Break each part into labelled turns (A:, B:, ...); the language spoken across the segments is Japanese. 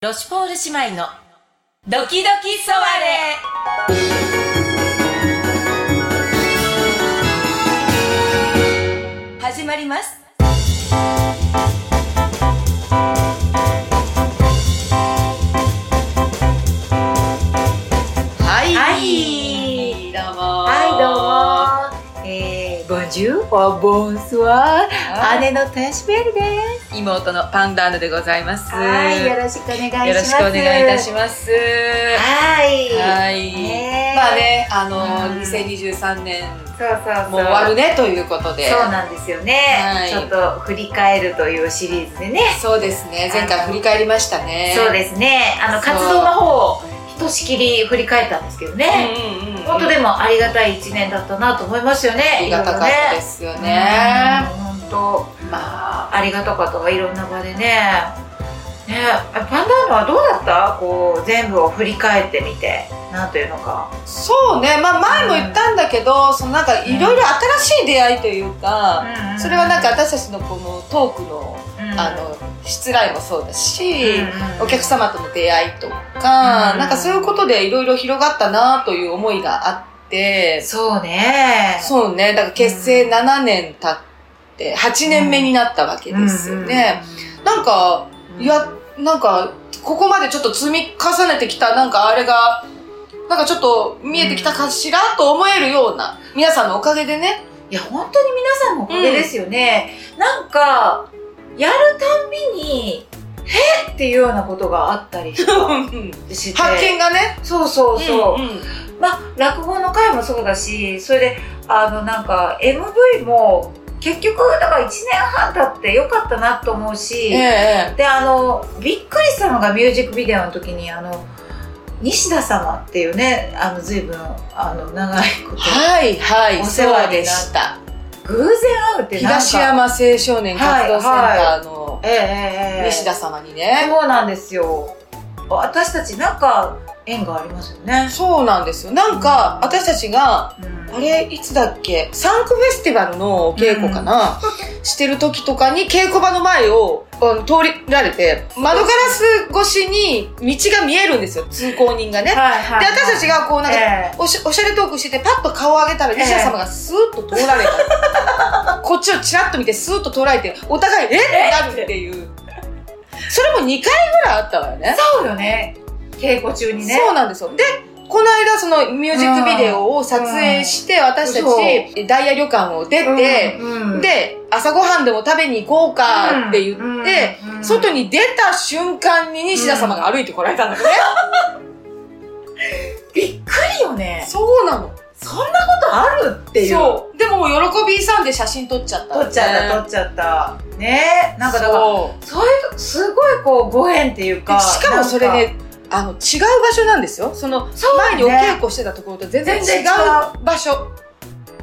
A: ロシュポール姉妹のドキドキソワレ始まります
B: はい。
A: はいどうも
B: はい、どうも。えー、ボンジュー、おボンスワー、姉のタシベルです。
A: どうも妹のパンダーヌでございます
B: よろしくお願いします。
A: よろしくお願いいたし
B: ま
A: ます
B: はい。
A: はい
B: ねえ
A: まあねあの、
B: うん
A: 2023年
B: そうそうそう。
A: もう終わるねということで
B: そうなんですよね、
A: はい
B: ちょっと振り返るというシリーズでね。
A: そうですね前回振り返りましたね
B: そうですね。あの
A: そう
B: 活動の方をひとしきり振り返ったんですけどね。
A: うんうんうん
B: 本当でもありがたい一年だったなと思いますよね。
A: ありがたかったですよね。
B: うん。本当。
A: まあ、
B: ありがたかったわいろんな場でねねパンダーノはどうだったこう全部を振り返ってみてなんというのか
A: そうね、まあ前も言ったんだけど、そのなんかいろいろ新しい出会いというか、それはなんか、私たちのこのトークの、
B: うん
A: あの、失礼もそうだし、
B: うん
A: お客様との出会いとか、
B: うん
A: なんかそういうことでいろいろ広がったなという思いがあって、
B: そうね
A: そうね、だから結成7年経って、8年目になったわけですよね。なんか、いや、なんか、ここまでちょっと積み重ねてきた、なんかあれが、なんかちょっと見えてきたかしら、と思えるような、皆さんのおかげでね。
B: いや本当に皆さんのおかげですよね、なんかやるたんびにへっっていうようなことがあったりとかして
A: 発見がね。
B: そうそうそう、
A: んん
B: まあ、落語の回もそうだし、それで、あの、なんか、MV も、結局、だから1年半経ってよかったなと思うし、
A: ええ
B: で、あの、びっくりしたのがミュージックビデオの時に、あの、西田様っていうね、あの、随分、あの、長いこと、
A: はいはい、
B: お世話になっ
A: った。
B: 偶然会うってなんか、
A: 東山青少年活動センターの
B: ええ、ええええ、
A: 西田様にね。
B: そうなんですよ。私たち、なんか、縁がありますよね。
A: そうなんですよ。なんか、私たちが、
B: うん
A: あれ、いつだっけサンクフェスティバルのお稽古かな、してる時とかに稽古場の前をあの通りられて、窓ガラス越しに道が見えるんですよ、通行人がね。で、
B: はいはい、
A: 私たちがこうなんか、
B: え
A: おしおしゃれトークしてて、パッと顔を上げたら、西田様がスーッと通られた。 こっちをチラッと見て、スーッと通られて、お互い、えってなるっていう。それも2回ぐらいあったわよ
B: え
A: ね。
B: そうよね。稽古中にね。
A: そうなんですよ。で、この間そのミュージックビデオを撮影して、私た
B: そ
A: ちダイヤ旅館を出て、
B: うんうん
A: で、朝ごはんでも食べに行こうかって言って、
B: うんうん
A: 外に出た瞬間に西田様が歩いてこられたんだよね。
B: びっくりよね
A: そうなの。
B: そんなことあるっていう
A: そう。でも、喜びさんで写真撮っちゃった。
B: 撮っちゃった撮っちゃったねえなんかだから
A: そう
B: そういうすごいこうご縁っていうか
A: でしかもそれ
B: なんか
A: ねあの違う場所なんですよその
B: そうだ
A: 前
B: ね
A: にお稽古してたところと全然違
B: 全然違
A: う場所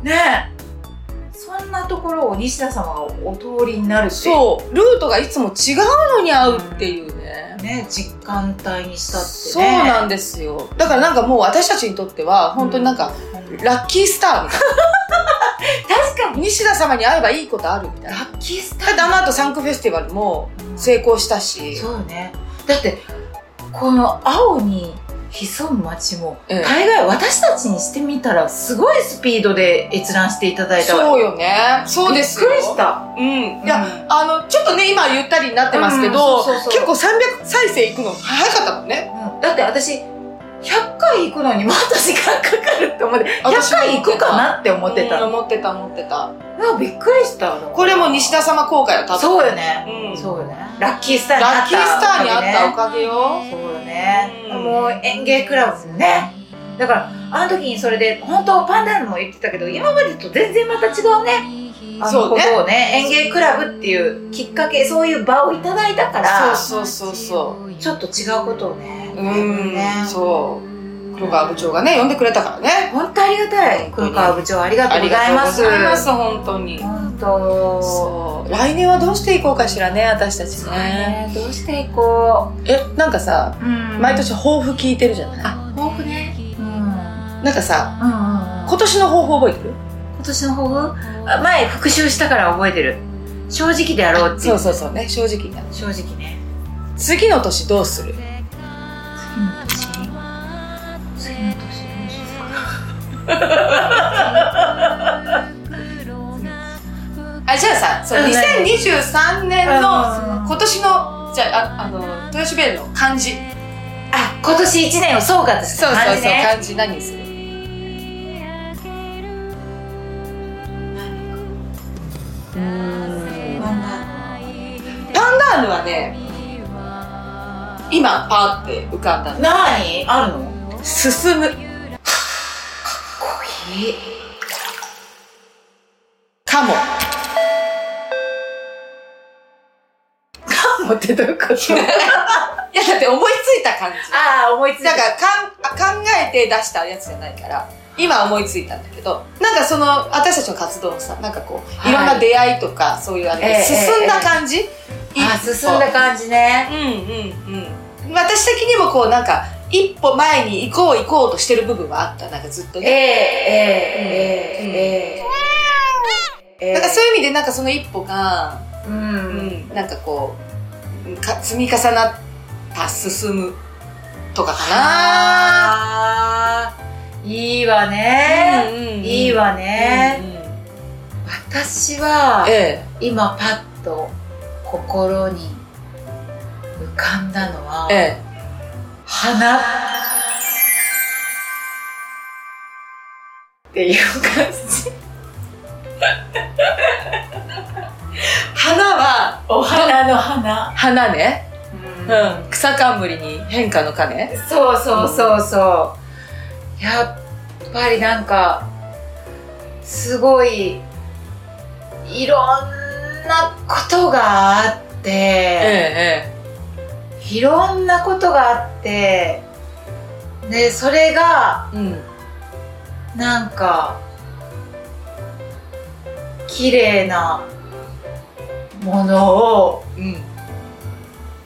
B: ねえそんなところを西田様がお通りになるっていう
A: そうルートがいつも違うのに合うっていうね
B: ね実感体にしたってね
A: そうなんですよだからなんかもう私たちにとっては本当になんか
B: うん
A: ラッキースターみたい
B: 確か
A: な西田様に会えばいいことあるみた
B: ラ
A: いな
B: ッキースター
A: だってあの後サンクフェスティバルも成功したし
B: そうねだってこの青に潜む街も
A: ええ
B: 大概私たちにしてみたらすごいスピードで閲覧していただいたわ
A: そうよねそうですよ
B: びっくりした
A: うんいや
B: うん
A: あのちょっとね今ゆったりになってますけ
B: うん
A: ど
B: そうそうそう
A: 結構300再生いくの早かったもんね
B: うんだって私100回行くのにもっと時間かかるって思って100回行くかなって思ってた
A: うん思ってた思ってた
B: うんびっくりした
A: これも西田様後悔をた
B: そうよね
A: うん
B: そうよねラッキースターに
A: ラ
B: あ
A: ッ
B: った
A: キースターに会ったおかげよ
B: そうよね
A: うん
B: もう演芸クラブもねだからあの時にそれで本当パンダにも言ってたけど今までと全然また違うねあのこ
A: そうね
B: とをね演芸クラブっていうきっかけそういう場をいただいたから
A: そうそうそうそ
B: ちょっと違うことをね
A: ううん
B: ね
A: そう黒川部長がね呼んでくれたからね
B: 本当ありがたい黒川部長ありがとうございます
A: ありがとうございます本当に
B: 本当
A: そう来年はどうしていこうかしらね私たち
B: そう
A: ね
B: ねどうしていこ
A: えなんかさ
B: う、うん
A: 毎年抱負聞いてるじゃない
B: あ抱負ねうんうんうんうん
A: なんかさ
B: こ
A: 今年の抱負覚えてる
B: 今年の抱負あ前復習したから覚えてる正直であろうってい
A: そううそうそうね正直になる
B: 正直ね
A: 次の年どうするあじゃあさそう
B: うん
A: 2023年の
B: うん
A: 今年のじゃあああの豊島園の漢字
B: あ今年一年を総括した
A: そうそう
B: 感
A: そう
B: じね
A: 漢字何にする
B: うーん
A: パンダーヌはね今パーって浮かんだの
B: 何あるの
A: 進む
B: コーヒー
A: か もかもってどういうこといやだって思いついた感じ
B: ああ思いつい
A: だ
B: た
A: からかんあ考えて出したやつじゃないから今思いついたんだけどなんかその私たちの活動もさなんかこう、
B: はい
A: い、ろんな出会いとかそういうあの、
B: ええ
A: 進んだ感じ、
B: あ進んだ感じね
A: うんうんうん私的にもこうなんか一歩前に行こう行こうとしてる部分はあったなんかずっと
B: ええ
A: ね、
B: ええええええ
A: なんかそういう意味でなんかその一歩が、
B: う
A: うんん、なんかこうか積み重なった進むとかかな
B: あーいいわね、
A: うんうんうん
B: いいわね、
A: うんうん
B: 私は
A: え
B: 今パッと心に浮かんだのは、
A: ええ
B: 花っていう感 じ
A: え花は
B: お花の花、
A: 花ね、うん、草冠に変化の種
B: そうそうそうそうやっぱりなんかすごいいろんなことがあって、
A: え
B: いろんなことがあってでそれが
A: えうん
B: なんか綺麗なものを
A: うん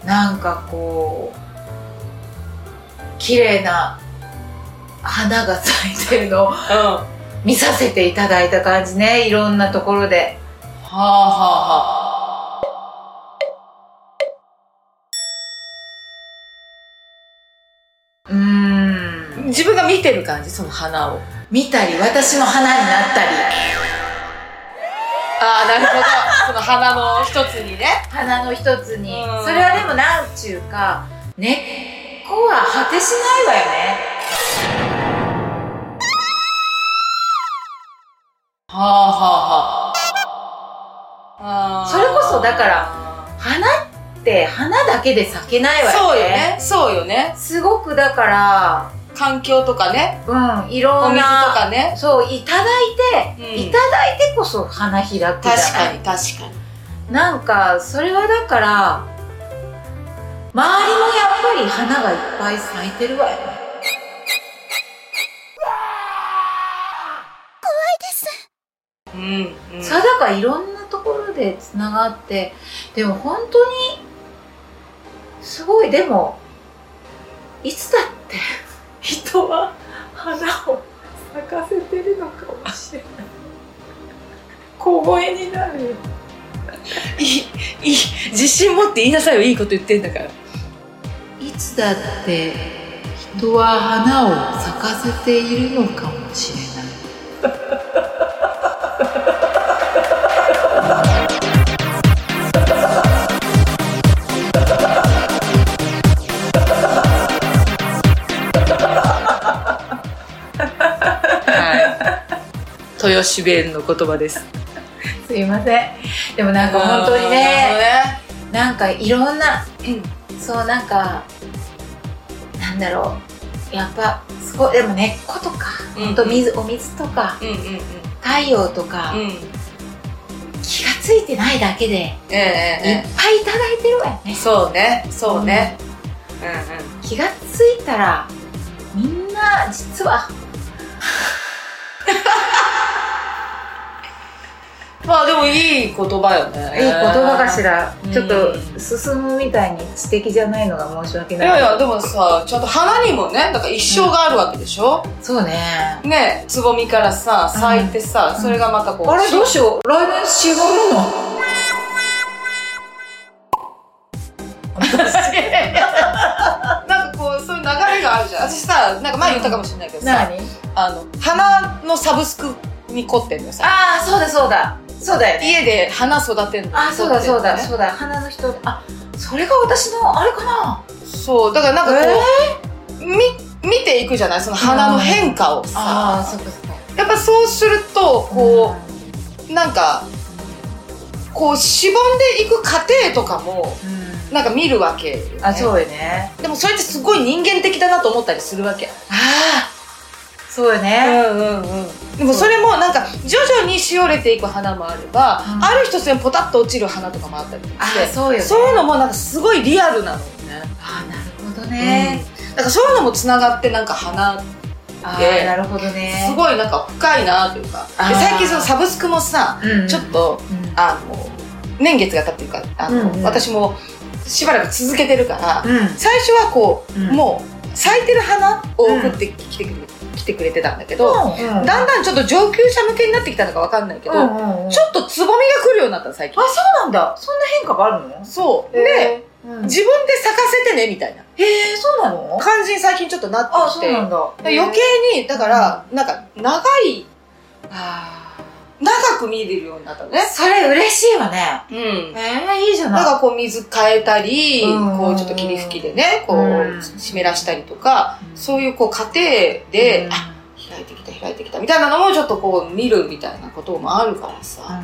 B: なんかこう綺麗な花が咲いてるのを
A: は
B: 見させていただいた感じねいろんなところで
A: あはあはあ
B: うーん
A: 自分が見てる感じその花を
B: 見たり私の花になったり
A: ああなるほど その花の一つにね
B: 花の一つに
A: うん
B: それはでもなんちゅうか根っこは果てしないわよね
A: はあはあはあ
B: それこそだから花って花だけで咲けないわよね
A: そうよねそうよね
B: すごくだから
A: 環境とかね
B: うんい
A: お
B: ろん
A: 水と
B: な
A: かね
B: そういただいて、
A: うん
B: いただいてこそ花開くじゃない
A: 確かに確かに
B: なんかそれはだから周りもやっぱり花がいっぱい咲いてるわよ
A: うん、うん、
B: それだからいろんなところでつながってでも本当にすごいでもいつだって人は花を咲かせてるのかもしれない小声になるよ
A: い いいい自信持って言いなさいよいいこと言ってんだから
B: いつだって人は花を咲かせているのかもしれない
A: はい。豊し弁の言葉です。
B: すいませんでもなんか本当にねなんかいろんな
A: うん。
B: そうなんかなんだろうやっぱすごいでも根っことか、
A: うん
B: ほんと水お水とか
A: うんうん
B: 太陽とか、
A: うん。うん。
B: 気がついてないだけでいっ
A: えええええ
B: ぱいいただいてるわよ
A: え。
B: ね
A: そうね。そうね。うん
B: 気がついたらみんな実は
A: うん。まあでもいい言葉よね。
B: いい言葉かしら、
A: うん
B: ちょっと進むみたいに知的じゃないのが申し訳
A: い
B: ない
A: やいやでもさちゃんと花にもねだから一生があるわけでしょ、
B: そうね
A: ねつぼみからさ咲いてさ、
B: うん
A: それがまたこう
B: あれどうしよう来年違うの
A: なんかこうそういう流れさなんか前言ったかもしれないけどさ、
B: 何
A: あの花のサブスクに凝ってんのよさ
B: ああそうだそうだそうだよね
A: 家で花育てんの
B: あーそうだそうだ
A: 凝ってんのね
B: そうだ花の人あそれが私のあれかな
A: そうだからなんかこう、み見ていくじゃないその花の変化をさ、
B: っかそっか
A: やっぱそうするとこう、なんかこうしぼんでいく過程とかも
B: うん、うん
A: なんか見るわけよね、
B: あそうよね
A: でもそれってすごい人間的だなと思ったりするわけ
B: ああそうよ
A: う
B: ね、
A: んうんうんでもそれもなんか徐々にしおれていく花もあれば、
B: うん
A: ある一つにポタッと落ちる花とかもあったりとか
B: あ
A: して
B: あそうよね
A: そういうのもなんかすごいリアルなのよね
B: あーなるほどね、
A: うん、なんかそういうのもつながってなんか花って
B: ああ
A: で
B: なるほどね
A: すごいなんか深いなというか、
B: あー
A: で最近そのサブスクもさ、
B: うん
A: ちょっ、と
B: うん
A: あの年月が経ってるからあの、
B: うんうん
A: 私もしばらく続けてるから、
B: う
A: 最初はこう、
B: うん
A: もう咲いてる花を送ってきてくれ,、来てくれてたんだけど、
B: ん、
A: だんだんちょっと上級者向けになってきたのかわかんないけど、
B: うんうんうん
A: ちょっとつぼみが来るようになったの最近
B: あ、そうなんだ。そんな変化があるの
A: そうで、
B: で、うん
A: 自分で咲かせてねみたいな
B: へえ、そうなの
A: 感じに最近ちょっとなって
B: あ、
A: き
B: そ
A: て
B: うなんだ。
A: 余計にだから、なんか長い
B: あ
A: 長く見れるようになったの
B: ー
A: ね
B: それ嬉しいわね。
A: うん
B: ええ、いいじゃ
A: なん
B: ない。
A: かこう水変えたり、
B: うん
A: こうちょっと霧吹きでね、こ
B: うん
A: う湿らしたりとか、
B: うん
A: そういうこう過程で、あ、開いてきた開いてきたみたいなのもちょっとこう見るみたいなこともあるから
B: うん、
A: さ、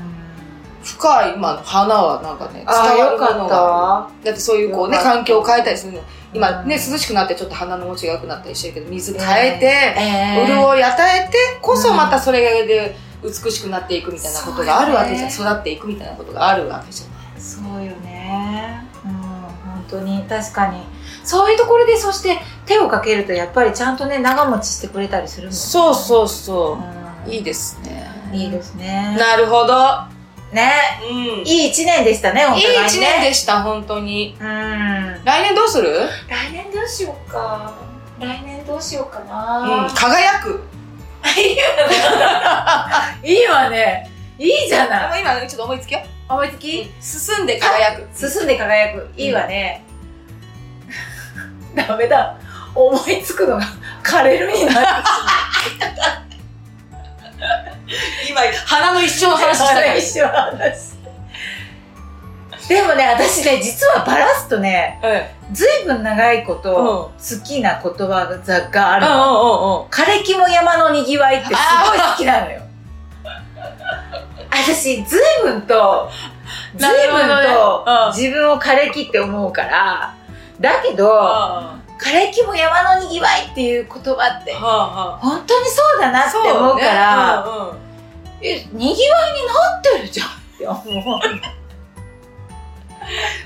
A: 深い今の花はなんかね、伝
B: あー、
A: わる
B: よ
A: も
B: か
A: の
B: っ
A: が
B: たわ。
A: だってそういうこうね
B: よかった
A: 環境を変えたりするの今ね
B: うん
A: 涼しくなってちょっと花の持ちが良くなったりしてるけど水変えて、
B: ええ。
A: 潤い与えてこそ
B: うん
A: またそれで美しくなっていくみたいなことがあるわけじゃん、育っていくみたいなことがあるわけじゃん
B: そうよね。うん、本当に、確かに。そういうところで、そして手をかけると、やっぱりちゃんとね、長持ちしてくれたりするもんね
A: そうそうそ
B: うん
A: ういいですね
B: いいですね。
A: なるほど、
B: ね。
A: うん、いい
B: いい一年でしたね、お互いね。
A: 一年でした本当に
B: うん。
A: 来年どうする、
B: 来年どうしようか来年どうしようか
A: う
B: な、
A: ん、輝く
B: いいわねいいじゃない
A: もう今ちょっと思いつきよ
B: 思いつき
A: 進んで輝く
B: 進んで輝くいいわね、ダメだ思いつくのが 枯れるになる
A: 今花の一生の話したから
B: 一緒の話 でもね私ね実はバラすとねずいぶん長いこと、好きな言葉があるの、
A: うんうんうんうん
B: 枯れ木も山のにぎわいってすごい好きなのよ。 私、ずいぶんと、ずい
A: なるほ
B: ぶんと
A: どねうん
B: 自分を枯れ木って思うから、だけど、
A: は
B: 枯れ木も山のにぎわいっていう言葉って
A: あ、は
B: 本当にそうだな
A: あ、
B: って思うから、
A: そうねうんうん
B: え、にぎわいになってるじゃんって思う。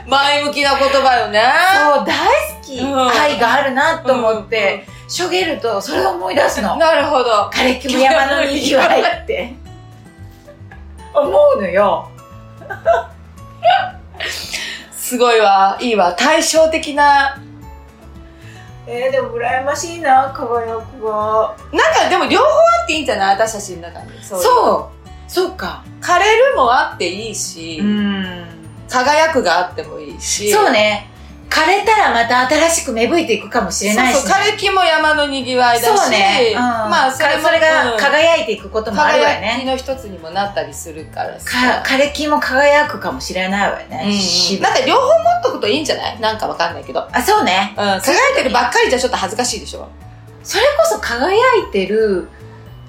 A: 前向きな言葉よね。
B: そう、大好き、
A: うん
B: 愛があるなと思って、しょげるとそれを思い出すの。
A: なるほど。
B: 枯れ木も山のにぎわいって 思うのよ
A: すごいわ。いいわ。対照的な。なん
B: えー、でも羨ましいな輝くが
A: かでも両方あっていいんじゃない私たちの中に。そ
B: そうそうか
A: 枯れるもあっていいし、
B: ん
A: 輝くがあってもいいし。
B: そうね枯れたらまた新しく芽吹いていくかもしれないし、ね、
A: そうそう枯れ木も山のにぎわいだし。
B: そうね、うん
A: まあそれも
B: それが
A: うん
B: 輝いていくこともあるわよ
A: 輝
B: ね
A: きの一つにもなったりするから
B: か
A: さ。
B: 枯れ木も輝くかもしれないわよ
A: う
B: ね、
A: んうん、
B: し
A: なんか両方持っとくといいんじゃないなんかわかんないけど。うん、
B: あそうね
A: 輝いてるばっかりじゃちょっと恥ずかしいでしょ
B: それこそ輝いてる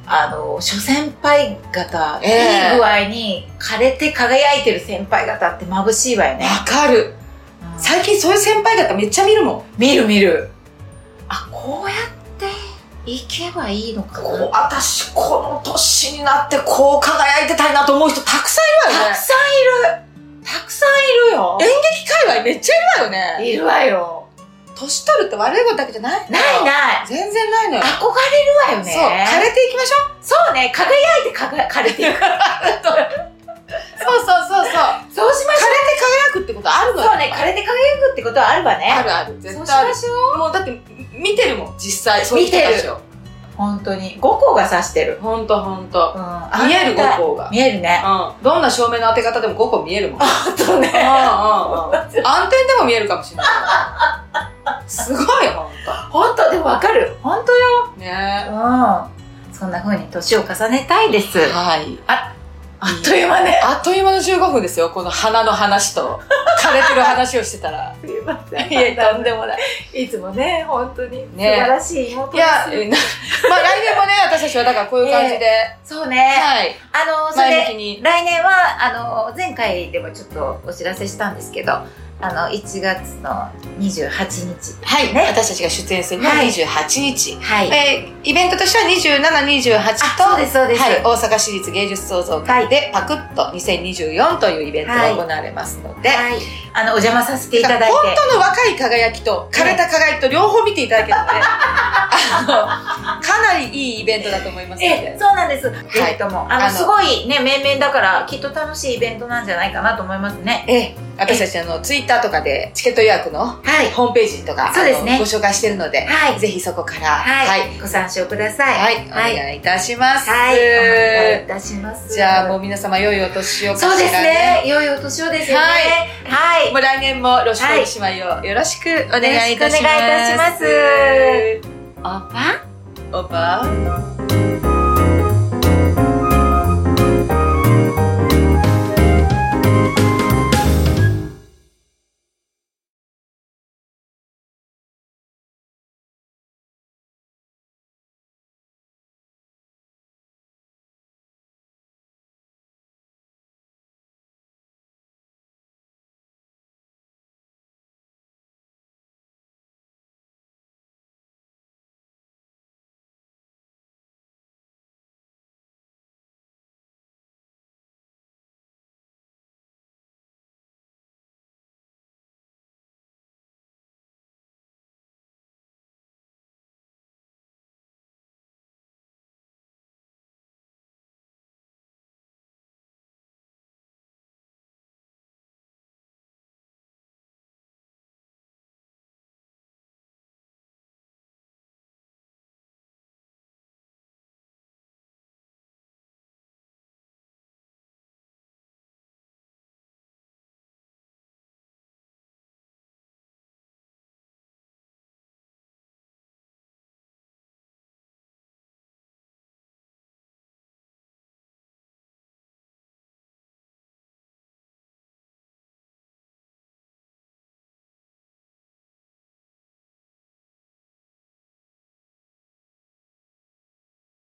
B: あの諸先輩方、
A: ええ
B: いい具合に枯れて輝いてる先輩方って眩しいわよね、
A: わかる。
B: うん
A: 最近そういう先輩方めっちゃ見るもん。
B: 見る見るあこうやって行けばいいのか
A: こ
B: な
A: う私この年になってこう輝いてたいなと思う人たくさんいるわ
B: たく
A: よね
B: さんいるたくさんいるよ
A: 演劇界隈めっちゃいるわよね
B: いるわよ
A: 年取るって悪いことだけじゃない
B: ないない
A: 全然ないのよ、
B: 憧れるわよね
A: そう枯れていきましょう
B: そうね輝いてかが枯れて いくそうし
A: そうそうそうそう枯
B: ま
A: れ
B: して
A: 輝くってことある
B: ょう
A: のよ
B: そうね枯れて輝くってことはあるわ
A: あ
B: ね
A: るある
B: そう
A: 絶
B: し
A: 対ある
B: ましょう
A: もうだって見てるもん実際そういう人たちを
B: 本当に5個が指してる
A: ほんとほんと
B: うん
A: 見える
B: あ
A: 5
B: な
A: 個
B: た
A: が
B: 見えるね。
A: うんどんな照明の当て方でも5個見えるもん
B: あと
A: うんうんう
B: ね。
A: ん暗転でも見えるかもしれないすごいよほん
B: 本
A: と
B: 当でもわかる本当よ
A: ね
B: うんそんな風に年を重ねたいです
A: はい。
B: あっという間ね
A: あっという間の15分ですよ、この花の話と、枯れてる話をしてたら。
B: すいません
A: いや、とんでもない。
B: いつもね本当に素
A: ね
B: 晴らしい妹で
A: い
B: す
A: や、うんまあ来年もね、私たちはだからこういう感じで、
B: そうね
A: はい、
B: あのそれ
A: 前向きに。
B: 来年はあの前回でもちょっとお知らせしたんですけどあの1月の28日
A: はい、
B: ね
A: 私たちが出演するのは
B: はい
A: 28日。
B: はい、
A: えーイベントとしては27、28と、
B: あそうですそうです
A: はい、大阪市立芸術創造会でパクッと2024というイベントが行われますので、
B: はい、あのお邪魔させていただいて
A: 本当の若い輝きと枯れた輝きと両方見ていただけ るので、あのかなりいいイベントだと思いますの
B: え
A: で、
B: そうなんです、ぜひともあの
A: あの
B: すごいね面々だからきっと楽しいイベントなんじゃないかなと思いますね
A: ええ私たちあのツイッターとかでチケット予約の
B: はい
A: ホームページとか、
B: そうですね
A: あのご紹介してるので、
B: はい
A: ぜひそこから、
B: はい、
A: はい
B: ご参照ください
A: はい
B: はい
A: お願いいたします、
B: はい、お願いいたします
A: じゃあもう皆様良いお年をかしら
B: そうですね良いお年をですよねはい、
A: もう来年もロシコリ姉妹をよろしくお願いいたしま
B: よ
A: す。
B: ろしくお願いいたします
A: おばおば